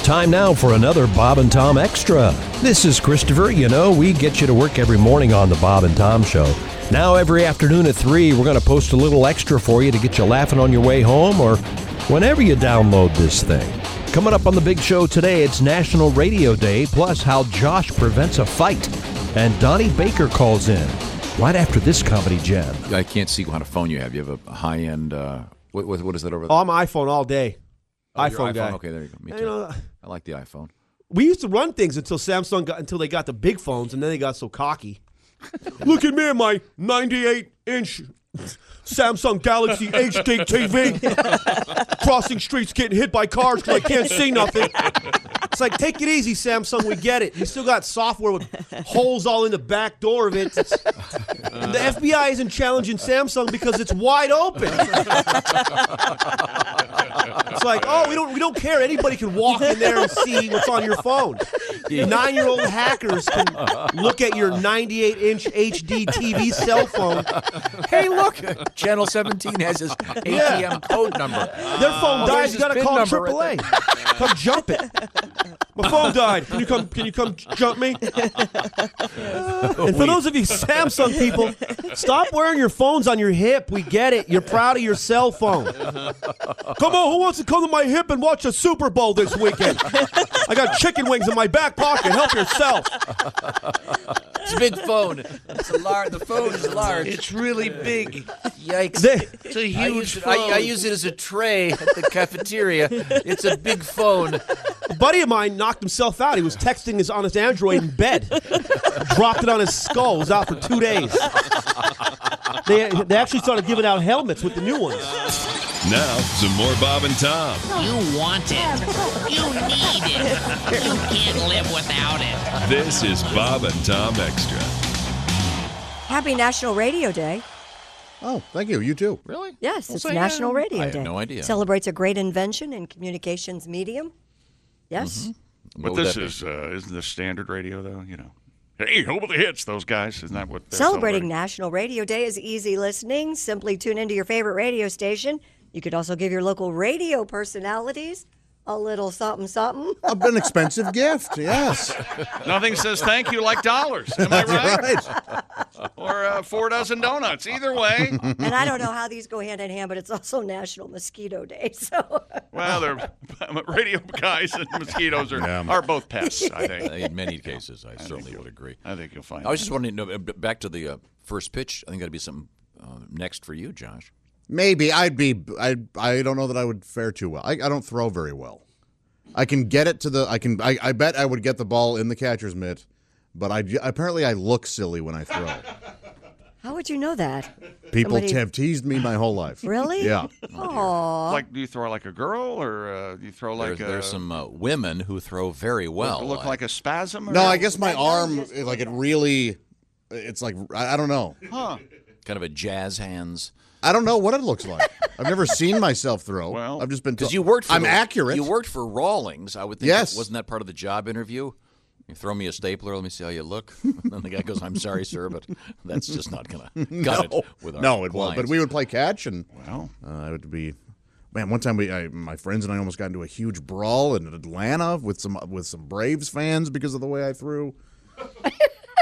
Time now for another Bob and Tom Extra. This is Christopher. You know, we get you to work every morning on the Bob and Tom Show. Now, every afternoon at 3, we're going to post a little extra for you to get you laughing on your way home or whenever you download this thing. Coming up on the big show today, it's National Radio Day, plus how Josh prevents a fight. And Donnie Baker calls in right after this comedy gem. I can't see what kind of phone you have. You have a high end. Uh, what, what, what is that over there? Oh, I'm iPhone all day. Oh, your iPhone guy. Okay, there you go. Me You too. know, I like the iPhone. we used to run things until Samsung got until they got the big phones, and then they got so cocky. Look at me and my 98 inch Samsung Galaxy HD TV, crossing streets, getting hit by cars because I can't see nothing. It's like take it easy, Samsung. We get it. You still got software with holes all in the back door of it. It's- the FBI isn't challenging Samsung because it's wide open. It's like, oh, we don't we don't care. Anybody can walk in there and see what's on your phone. Nine year old hackers can look at your 98 inch HD TV cell phone. Hey, look, Channel 17 has his ATM Yeah. code number. Their phone dies. there's You his gotta VIN call number right AAA. come jump it. My phone died. Can you come? Can you come jump me? and for those of you Samsung people, stop wearing your phones on your hip. We get it. You're proud of your cell phone. Come on, who wants to come to my hip and watch a Super Bowl this weekend? I got chicken wings in my back pocket. Help yourself. It's a big phone. It's a large. The phone is large. It's really big. Yikes. They- It's a I huge use, it, phone. I, I use it as a tray at the cafeteria. It's a big phone. A buddy of mine knocked himself out. He was texting his on his Android in bed. Dropped it on his skull. Was out for two days. They, they actually started giving out helmets with the new ones. Now, some more Bob and Tom. You want it. You need it. You can't live without it. This is Bob and Tom Extra. Happy National Radio Day. Oh, thank you. You too. Really? Yes, Well, it's say, National uh, Radio I Day. had no idea. Celebrates a great invention in communications medium. Mm-hmm. Yes. What but would this that be? is uh, isn't this standard radio though? You know, hey, over the hits, those guys. Isn't that what they're Celebrating celebrating? National Radio Day is easy listening. Simply tune into your favorite radio station. You could also give your local radio personalities a little something something. Up an expensive gift. Yes. Nothing says thank you like dollars. Am I right? Or uh, four dozen donuts. Either way, and I don't know how these go hand in hand, but it's also National Mosquito Day. So well, they're radio guys and mosquitoes are Yeah. are both pests. I think. Uh, In many cases, I certainly would agree. I think you'll find. I was just wondering, no, b- back to the uh, first pitch, I think that'd be something uh, next for you, Josh. Maybe I'd be. I. I don't know that I would fare too well. I, I don't throw very well. I can get it to the. I can. I, I bet I would get the ball in the catcher's mitt, but I apparently I look silly when I throw. how would you know that? People Somebody- have teased me my whole life. Really? Yeah. Aw. like, do you throw like a girl, or uh, do you throw like there's, there's a, some uh, women who throw very well. look like a spasm? Or No, I guess my arm. Like it really. It's like I, I don't know. kind of a jazz hands. I don't know what it looks like. I've never seen myself throw. Well, I've just been. Because told- you worked for I'm the- accurate. You worked for Rawlings. I would think. Yes. Wasn't that part of the job interview? You throw me a stapler. Let me see how you look. And then the guy goes, "I'm sorry, sir, but that's just not gonna cut no, it with our no, it won't. clients. But we would play catch, and Well. uh, it would be. Man, one time we, I, my friends and I almost got into a huge brawl in Atlanta with some with some Braves fans because of the way I threw.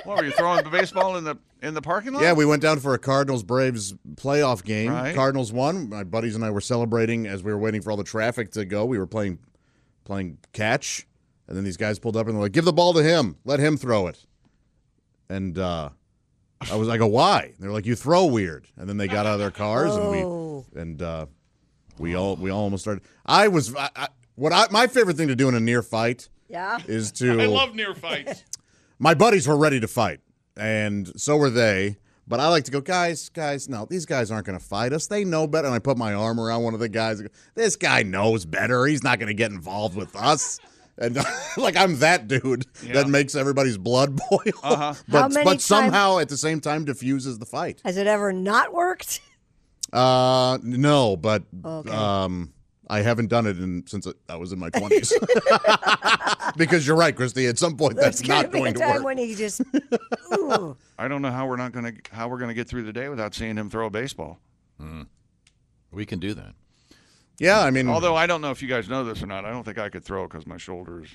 What were you throwing the baseball in the in the parking lot? Yeah, we went down for a Cardinals Braves playoff game. Right. Cardinals won. My buddies and I were celebrating as we were waiting for all the traffic to go. We were playing playing catch, and then these guys pulled up and they're like, "Give the ball to him. Let him throw it." And uh, I was like, "Oh, why?" And they're like, "You throw weird." And then they got out of their cars Oh. and we and uh, we all we all almost started. I was I, I, what I my favorite thing to do in a near fight Yeah. is to I love near fights. my buddies were ready to fight, and so were they. But I like to go, guys, guys, no, these guys aren't going to fight us. They know better. And I put my arm around one of the guys. and go, This guy knows better. He's not going to get involved with us. And like I'm that dude that makes everybody's blood boil, How but many but somehow at the same time diffuses the fight. Has it ever not worked? Uh, no, but Okay. um, I haven't done it in, since I was in my twenties. because you're right, Christy. At some point, There's that's gonna not be a going to time work. when he just. Ooh. I don't know how we're not gonna how we're gonna get through the day without seeing him throw a baseball. we can do that. Yeah, I mean, Although I don't know if you guys know this or not, I don't think I could throw because my shoulder's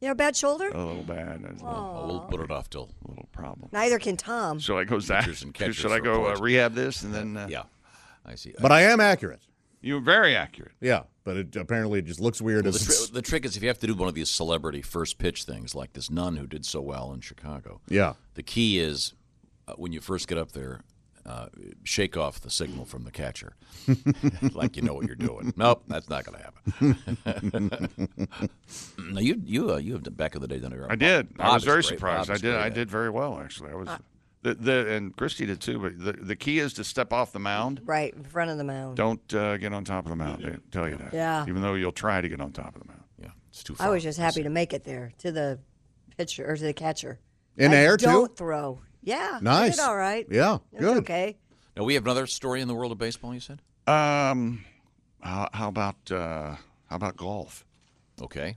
You have a bad shoulder? a little bad. It's a little, Oh, we'll put it off till a little problem. Neither can Tom. Should I go Zach? Pitchers and catchers Should I go uh, report. rehab this and then? Uh, yeah. I see. but I am accurate. You were very accurate. Yeah, but it apparently it just looks weird the, as it's- tri- the trick is if you have to do one of these celebrity first pitch things, like this nun who did so well in Chicago. yeah. The key is uh, when you first get up there, uh, shake off the signal from the catcher, like you know what you're doing. Nope, that's not going to happen. now you you uh, you have done back in the day done it. I did. I Bob was is very great. surprised. Bob I is did. great Uh, at I it. did very well actually. I was. the, the and Christy did too. But the the key is to step off the mound. Right in front of the mound. Don't uh, get on top of the mound. They tell you that. Yeah. Even though you'll try to get on top of the mound. Yeah, it's too. I far. was just happy to make it there to the pitcher or to the catcher. In I air, too? don't throw. Yeah. I did Nice. all right. Yeah, It was good. Okay. Now we have another story in the world of baseball. You said Um, how, how about uh, how about golf? okay.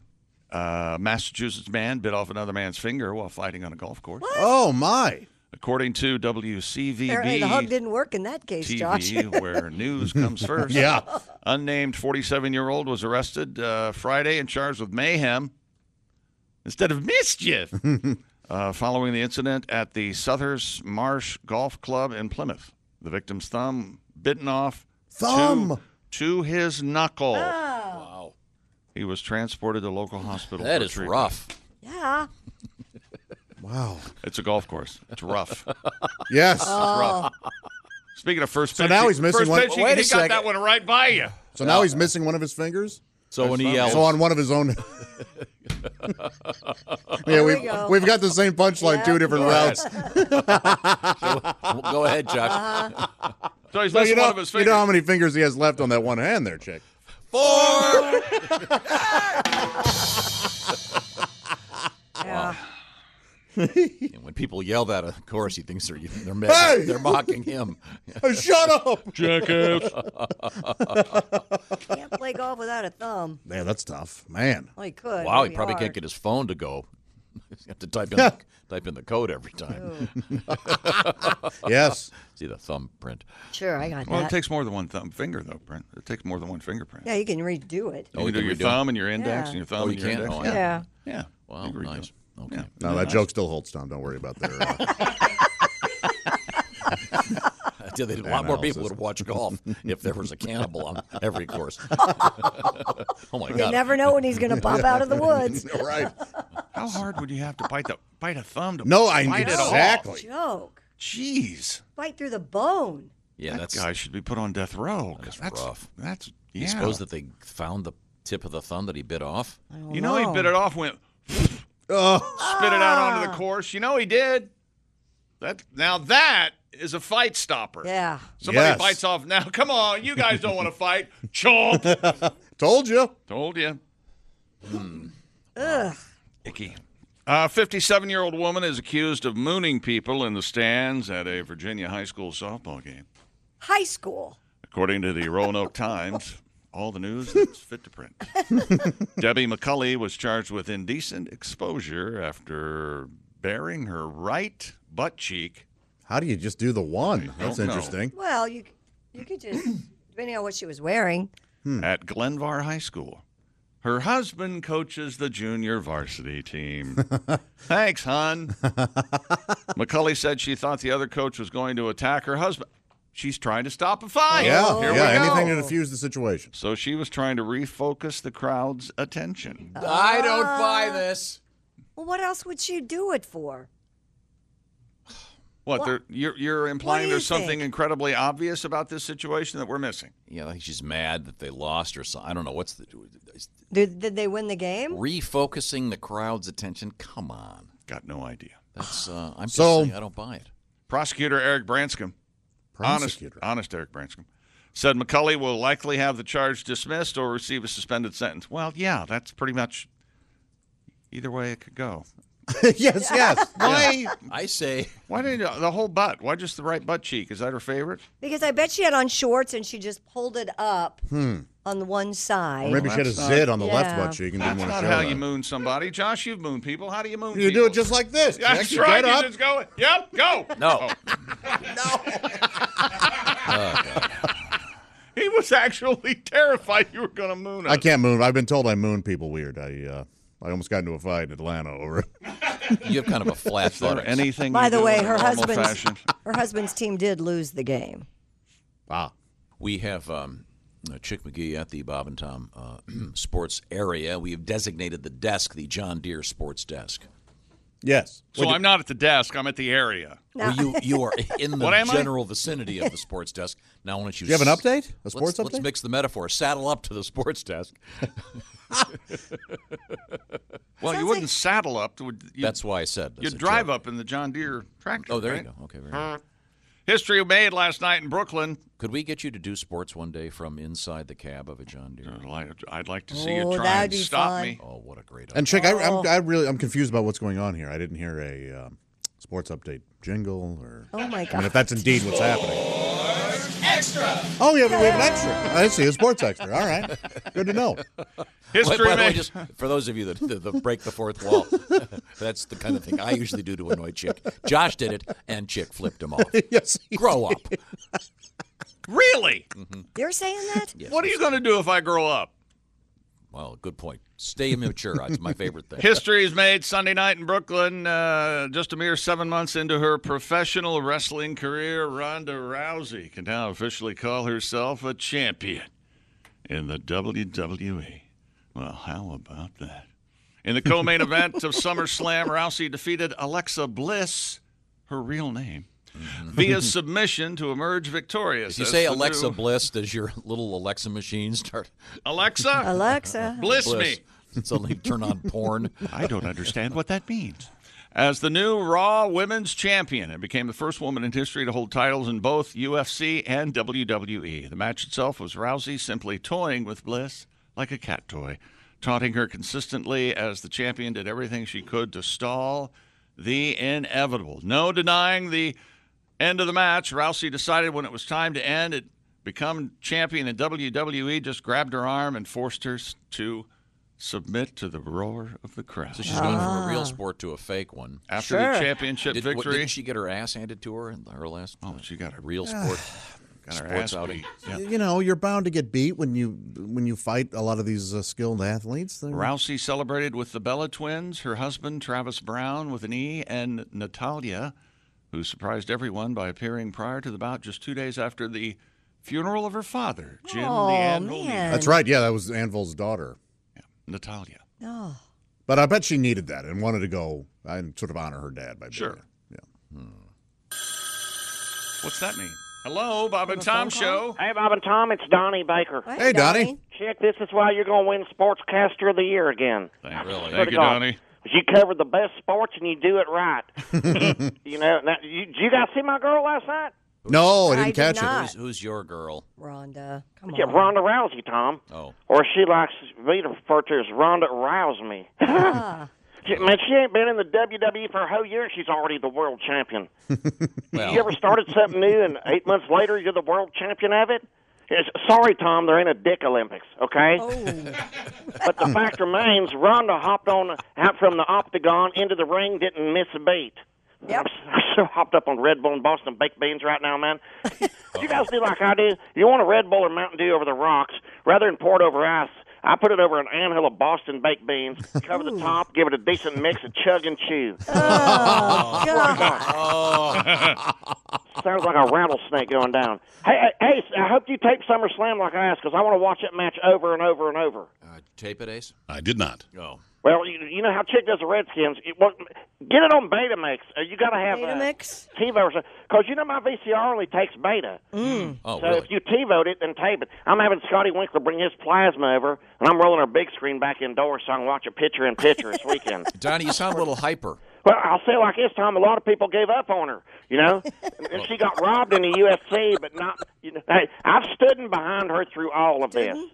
Uh, Massachusetts man bit off another man's finger while fighting on a golf course. Oh my. According to WCVB. Apparently the hug didn't work in that case, Josh. TV, where news comes first. Yeah. Unnamed 47 year old was arrested uh, Friday and charged with mayhem instead of mischief uh, following the incident at the Southers Marsh Golf Club in Plymouth. The victim's thumb bitten off to- Thumb. to, his knuckle. Oh. Wow. He was transported to local hospital. That for is treatment. rough. yeah. Wow. It's a golf course. It's rough. Yes. Uh, Oh. rough. Speaking of first pitch, now he- he's missing first one- Pitch, he- Wait a he got second. that one right by you. so now he's missing one of his fingers. So when he yells, So on one of his own. yeah, we we've, go. we've got the same punchline two different routes. go ahead, Josh. So he's So missing you one know, of his you fingers. know how many fingers he has left on that one hand there, chick. Yeah. And when people yell that, of course, he thinks they're they're, mad- they're mocking him. Shut up. Jackass. Can't play golf without a thumb. Man, that's tough, man. Well, he could. Wow, It'd he be probably hard. can't get his phone to go. you have to type in the, type in the code every time. Yes. See the thumbprint. Sure, I got Well, it that. takes more than one thumb finger, though, Brent. It takes more than one fingerprint. yeah, you can redo it. Oh, You can you do your can redo it? thumb and your index Yeah. and your thumb Oh, and you your can? index. Oh, yeah. yeah. Yeah. Yeah. Wow, You can redo nice. it. Okay. Yeah. No, that joke still holds, Tom. Don't worry about that. I tell you, a lot more people Analysis. would watch golf if there was a cannibal on every course. oh my You God! never know when he's going to pop out of the woods. right. How hard would you have to bite the bite a thumb to No, I bite it off? exactly. Joke. Jeez. Bite through the bone. yeah, that that's. guy should be put on death row. 'cause That's That's rough. That's You yeah. suppose that they found the tip of the thumb that he bit off? I don't you know he bit it off, went Oh, spit it out Ah. onto the course. You know he did. That now that is a fight stopper. Yeah. Somebody Yes. bites off now. Come on, you guys don't want to fight. Chomp. told you. Told you. Icky. A 57 year old woman is accused of mooning people in the stands at a Virginia high school softball game. High school. According to the Roanoke Times, all the news that's fit to print. Debbie McCulley was charged with indecent exposure after bearing her right butt cheek. How do you just do the one? That's don't know. interesting. Well, you you could just depending on what she was wearing. at Glenvar High School. Her husband coaches the junior varsity team. Thanks, hon. McCully said she thought the other coach was going to attack her husband. She's trying to stop a fight. Yeah, Oh. Here yeah. we go. Anything to diffuse the situation. So she was trying to refocus the crowd's attention. I don't buy this. Well, what else would she do it for? What? there You're, you're implying do you there's something think? incredibly obvious about this situation that we're missing. Yeah, I think she's mad that they lost or something. I don't know what's the Did, did they win the game? refocusing the crowd's attention. Come on, Got no idea. that's uh, I'm just So- saying I don't buy it. Prosecutor Eric Branscombe honest, Prosecutor. honest Eric Branscombe said McCulley will likely have the charge dismissed or receive a suspended sentence. Well, yeah, that's pretty much either way it could go. yes, yes. Why? I say Why did the whole butt? Why just the right butt cheek? Is that her favorite? Because I bet she had on shorts and she just pulled it up Hmm. on the one side. Or maybe she had a that's not- zid on the left Yeah. butt cheek and That's didn't want to not show how that. you moon somebody, Josh. You've mooned people. How do you moon? You do people? it just like this. Jack. That's You right. Get You up. just go. Yep. Go. no. He was actually terrified you were going to moon him. I can't moon. I've been told I moon people weird. I uh, I almost got into a fight in Atlanta over it. You have kind of a flat Is there thought. anything? By you the do way, in a her normal husband's fashion? her husband's team did lose the game. Ah. Wow. We have um, uh, Chick McGee at the Bob and Tom uh, Sports area. We have designated the desk the John Deere Sports Desk. Yes. So I'm not at the desk. I'm at the area. Well, you you are in What the am I? general vicinity of the sports desk. Now, why don't you? Do you have an s- update? A sports let's, Let's update? mix the metaphor. Saddle up to the sports desk. Well, you wouldn't saddle up. Would you, That's why I said you drive up in the John Deere tractor. Oh, there right? you go. Okay, very good. History made last night in Brooklyn. Could we get you to do sports one day from inside the cab of a John Deere? I'd like- I'd like to see Oh, you try that'd and be stop fun. me. Oh, what a great! idea. And Chick, I, Oh. I'm, I really I'm confused about what's going on here. I didn't hear a um, sports update jingle or. Oh my I mean, god. if that's indeed what's happening. Extra. Oh, we have, we have an extra. I see a sports extra. All right, good to know. By, History by the way, made. just for those of you that, that, that break the fourth wall, that's the kind of thing I usually do to annoy Chick. Josh did it, and Chick flipped him off. Yes. Grow up. really? You're saying that? What are you going to do if I grow up? Well, good point. Stay mature. It's my favorite thing. History is made Sunday night in Brooklyn. Uh, just a mere seven months into her professional wrestling career, Ronda Rousey can now officially call herself a champion in the WWE. Well, how about that? In the co main event of SummerSlam, Rousey defeated Alexa Bliss, her real name, via submission to emerge victorious. If Mm-hmm. you as say the Alexa new- Bliss, does your little Alexa machine start Alexa, Alexa. Bliss me. Bliss? Suddenly turn on porn. I don't understand what that means. As the new Raw Women's Champion and became the first woman in history to hold titles in both UFC and WWE. The match itself was Rousey simply toying with Bliss like a cat toy, taunting her consistently as the champion did everything she could to stall the inevitable. No denying the end of the match. Rousey decided when it was time to end, it become champion in WWE, just grabbed her arm and forced her s- to submit to the roar of the crowd. So she's going from a real sport to a fake one. After the championship Did, what, victory, didn't she get her ass handed to her in her last? Oh, she got her- real sport. got her sports ass outing. beat. Yeah. You know, you're bound to get beat when you when you fight a lot of these uh, skilled athletes. They're- Rousey celebrated with the Bella twins, her husband Travis Brown with an E, and Natalia, who surprised everyone by appearing prior to the bout just two days after the funeral of her father, Jim Oh, the Anvil. man. That's right. Yeah, that was Anvil's daughter. Natalia. Oh. But I bet she needed that and wanted to go and sort of honor her dad by being Sure. there. What's that mean? Hello, Bob and Tom Show. Hey, Bob and Tom, it's Donnie Baker. Hey, Donnie. Chick, this is why you're going to win Sportscaster of the Year again. Thank, Really? thank Swear to you, God. Donnie. You cover the best sports and you do it right. you know, now, you, did you guys see my girl last night? No, Oh, I didn't I did catch not. Who's, who's your girl? Rhonda. Come on. Yeah, Ronda Rousey, Tom. Oh. Or she likes me to refer to as Ronda Rouse Me. She- Man, she ain't been in the WWE for a whole year. and She's already the world champion. You ever started something new and eight months later you're the world champion of it? It's, sorry, Tom, there ain't a dick Olympics, okay? But the fact remains, Ronda hopped on out from the octagon into the ring, didn't miss a beat. Yep. I'm so hopped up on Red Bull and Boston baked beans right now, man. you guys do like I do. You want a Red Bull or Mountain Dew over the rocks rather than pour it over ice. I put it over an anthill of Boston baked beans, cover the top, give it a decent mix of chug and chew. Oh, Oh, Sounds like a rattlesnake going down. Hey, hey, Ace, I hope you tape SummerSlam like I asked because I want to watch that match over and over and over. Uh, tape it, Ace. I did not. Oh, Well, you, you know how Chick does the Redskins. It, well, get it on Betamax. Uh, You got to have Betamax? Uh, TiVo or something. Because you know my VCR only takes beta. oh, So really? if you TiVoed it, then tape it. I'm having Scotty Winkler bring his plasma over, and I'm rolling our big screen back indoors so I can watch a picture in picture this weekend. Donnie, you sound a little hyper. Well, I'll say it like this, Tom. A lot of people gave up on her, you know, and she got robbed in the UFC, but not. You know, hey, I've stood in behind her through all of this. And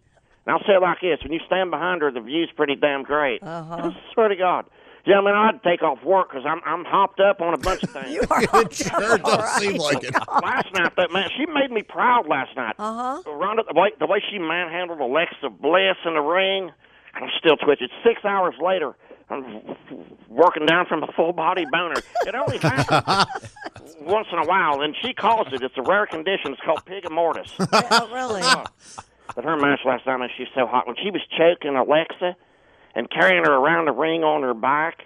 I'll say it like this: when you stand behind her, the view's pretty damn great. I swear to God, gentlemen, I'd take off work because I'm I'm hopped up on a bunch of things. it. sure does seem like it. last night, that man, she made me proud last night. Uh huh. Rhonda, the way, the way she manhandled Alexa Bliss in the ring, I'm still twitching. Six hours later, I'm working down from a full body boner. It only happens once in a while, and she calls it. It's a rare condition. It's called pig mortis. oh, really? But her match last night, man, she's so hot. When she was choking Alexa and carrying her around the ring on her back,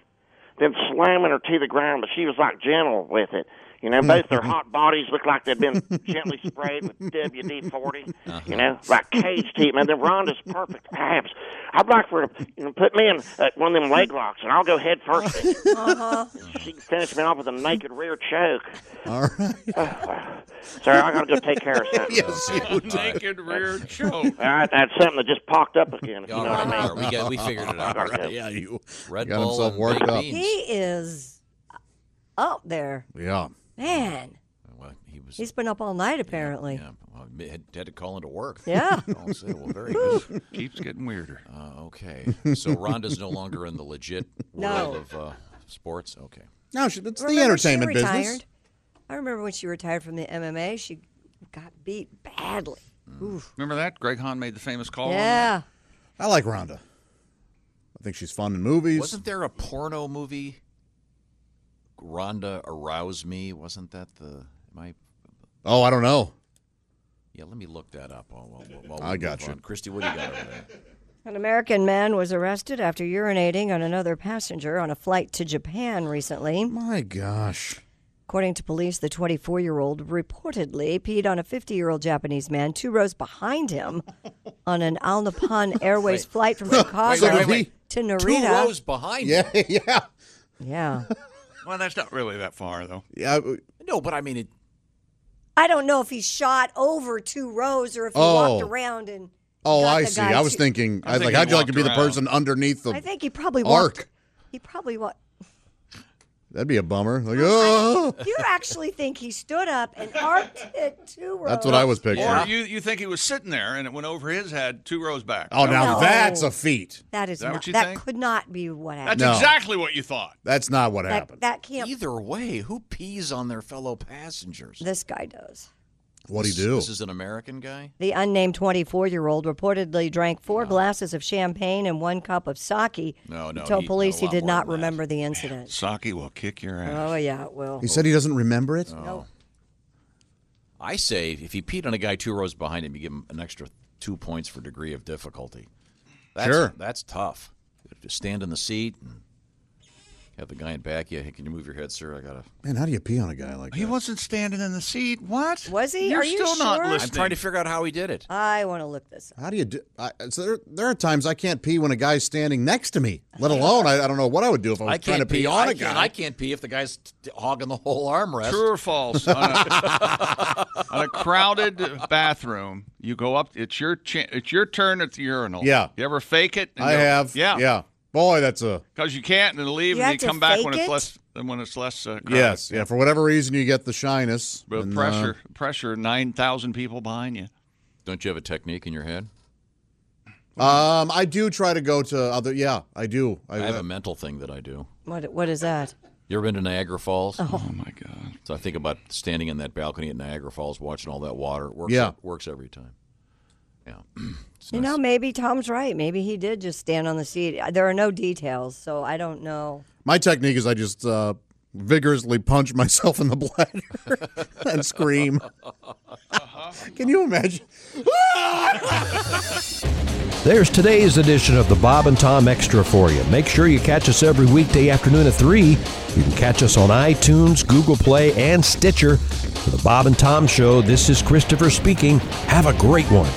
then slamming her to the ground, but she was like gentle with it. You know, both their hot bodies looked like they'd been gently sprayed with WD 40, Uh-huh. you know, like cage teeth. Man, then Rhonda's perfect abs. I'd like for her to you know, put me in uh, one of them leg locks, and I'll go head first. Uh-huh. She can finish me off with a naked rear choke. All right. Sorry, I gotta go take care of something. Yes, you do. Naked rear choke. All right, that's something that just popped up again. If you know All what I mean. right, we, got, we figured it out. Okay. Yeah, you. Red Got Bull himself and worked baked up. beans. He is up there. Yeah. Man, Well, he was. he's been up all night apparently. yeah, well, he had, had to call into work. Yeah. I'll say, well, very good. Keeps getting weirder. Uh, okay. So Rhonda's no longer in the legit No. world of uh, sports. Okay. No, she- it's the Remember entertainment she retired? business. I remember when she retired from the MMA, she got beat badly. Oof. Remember that? Greg Hahn made the famous call. on that? Yeah. I like Rhonda. I think she's fun in movies. Wasn't there a porno movie? Rhonda arouse me. Wasn't that the my? Oh, I don't know. Yeah, let me look that up. While, while, while we I got move you. on. Christy. What do you got over there? An American man was arrested after urinating on another passenger on a flight to Japan recently. My gosh. According to police, the 24 year old reportedly peed on a 50 year old Japanese man two rows behind him on an Al Nippon Airways flight from Chicago wait, wait. to Two Narita. rows behind. Yeah, yeah. Yeah. Well, that's not really that far, though. Yeah. No, but I mean it. I don't know if he shot over two rows or if he walked Oh. around and. Oh, got I the see. guy I was to- thinking, I was like, thinking how'd you like to walked be the around. person underneath the? I think he probably Arc. walked. He probably walked. That'd be a bummer. Like, oh, You actually think he stood up and arced it two rows? that's what I was picturing. Or you, you think he was sitting there and it went over his head two rows back. Oh, now No. that's a feat. That is, Is that not, what you that think? could not be what happened. That's No. exactly what you thought. That's not what That, happened. that can't. Either way, who pees on their fellow passengers? This guy does. What'd he This- do? This is an American guy. The unnamed 24 year old reportedly drank four glasses of champagne and one cup of sake. No, no, He told he- police a he lot did more not than that. remember the incident. Saki will kick your ass. Oh, yeah, it will. He said he doesn't remember it. No. I say if he peed on a guy two rows behind him, you give him an extra two points for degree of difficulty. That's, Sure. That's tough. Just stand in the seat and have the guy in back. Yeah, hey, can you move your head, sir? I gotta. Man, how do you pee on a guy like He that? wasn't standing in the seat. What? Was he? You're Are you still not sure? I'm I'm listening. trying to figure out how he did it. I want to look this up. How do you do? I, so there, there are times I can't pee when a guy's standing next to me. Let alone, I, I don't know what I would do if I was I trying can't to pee, pee on I a can't- guy. I can't pee if the guy's t- hogging the whole armrest. True or false? on, a, on a crowded bathroom, you go up. It's your cha- it's your turn at the urinal. Yeah. You ever fake it? and I go- have. Yeah. Yeah. Boy, that's a Because you can't and leave You and have you to come back when fake it's it? less than when it's less. Uh, crowded. yes. Yeah. For whatever reason, you get the shyness. But and, uh, pressure, pressure, nine thousand people behind you. Don't you have a technique in your head? Um, I do try to go to other. Yeah, I do. I have a uh, mental thing that I do. What, what is that? You ever been to Niagara Falls? Oh my God. So I think about standing in that balcony at Niagara Falls, watching all that water. It works, Yeah. it works every time. Yeah. It's You nice. know, maybe Tom's right. Maybe he did just stand on the seat. There are no details, so I don't know. my technique is I just uh, vigorously punch myself in the bladder and scream. Uh-huh. Can you imagine? There's today's edition of the Bob and Tom Extra for you. Make sure you catch us every weekday afternoon at 3. You can catch us on iTunes, Google Play, and Stitcher. For the Bob and Tom Show, this is Christopher speaking. Have a great one.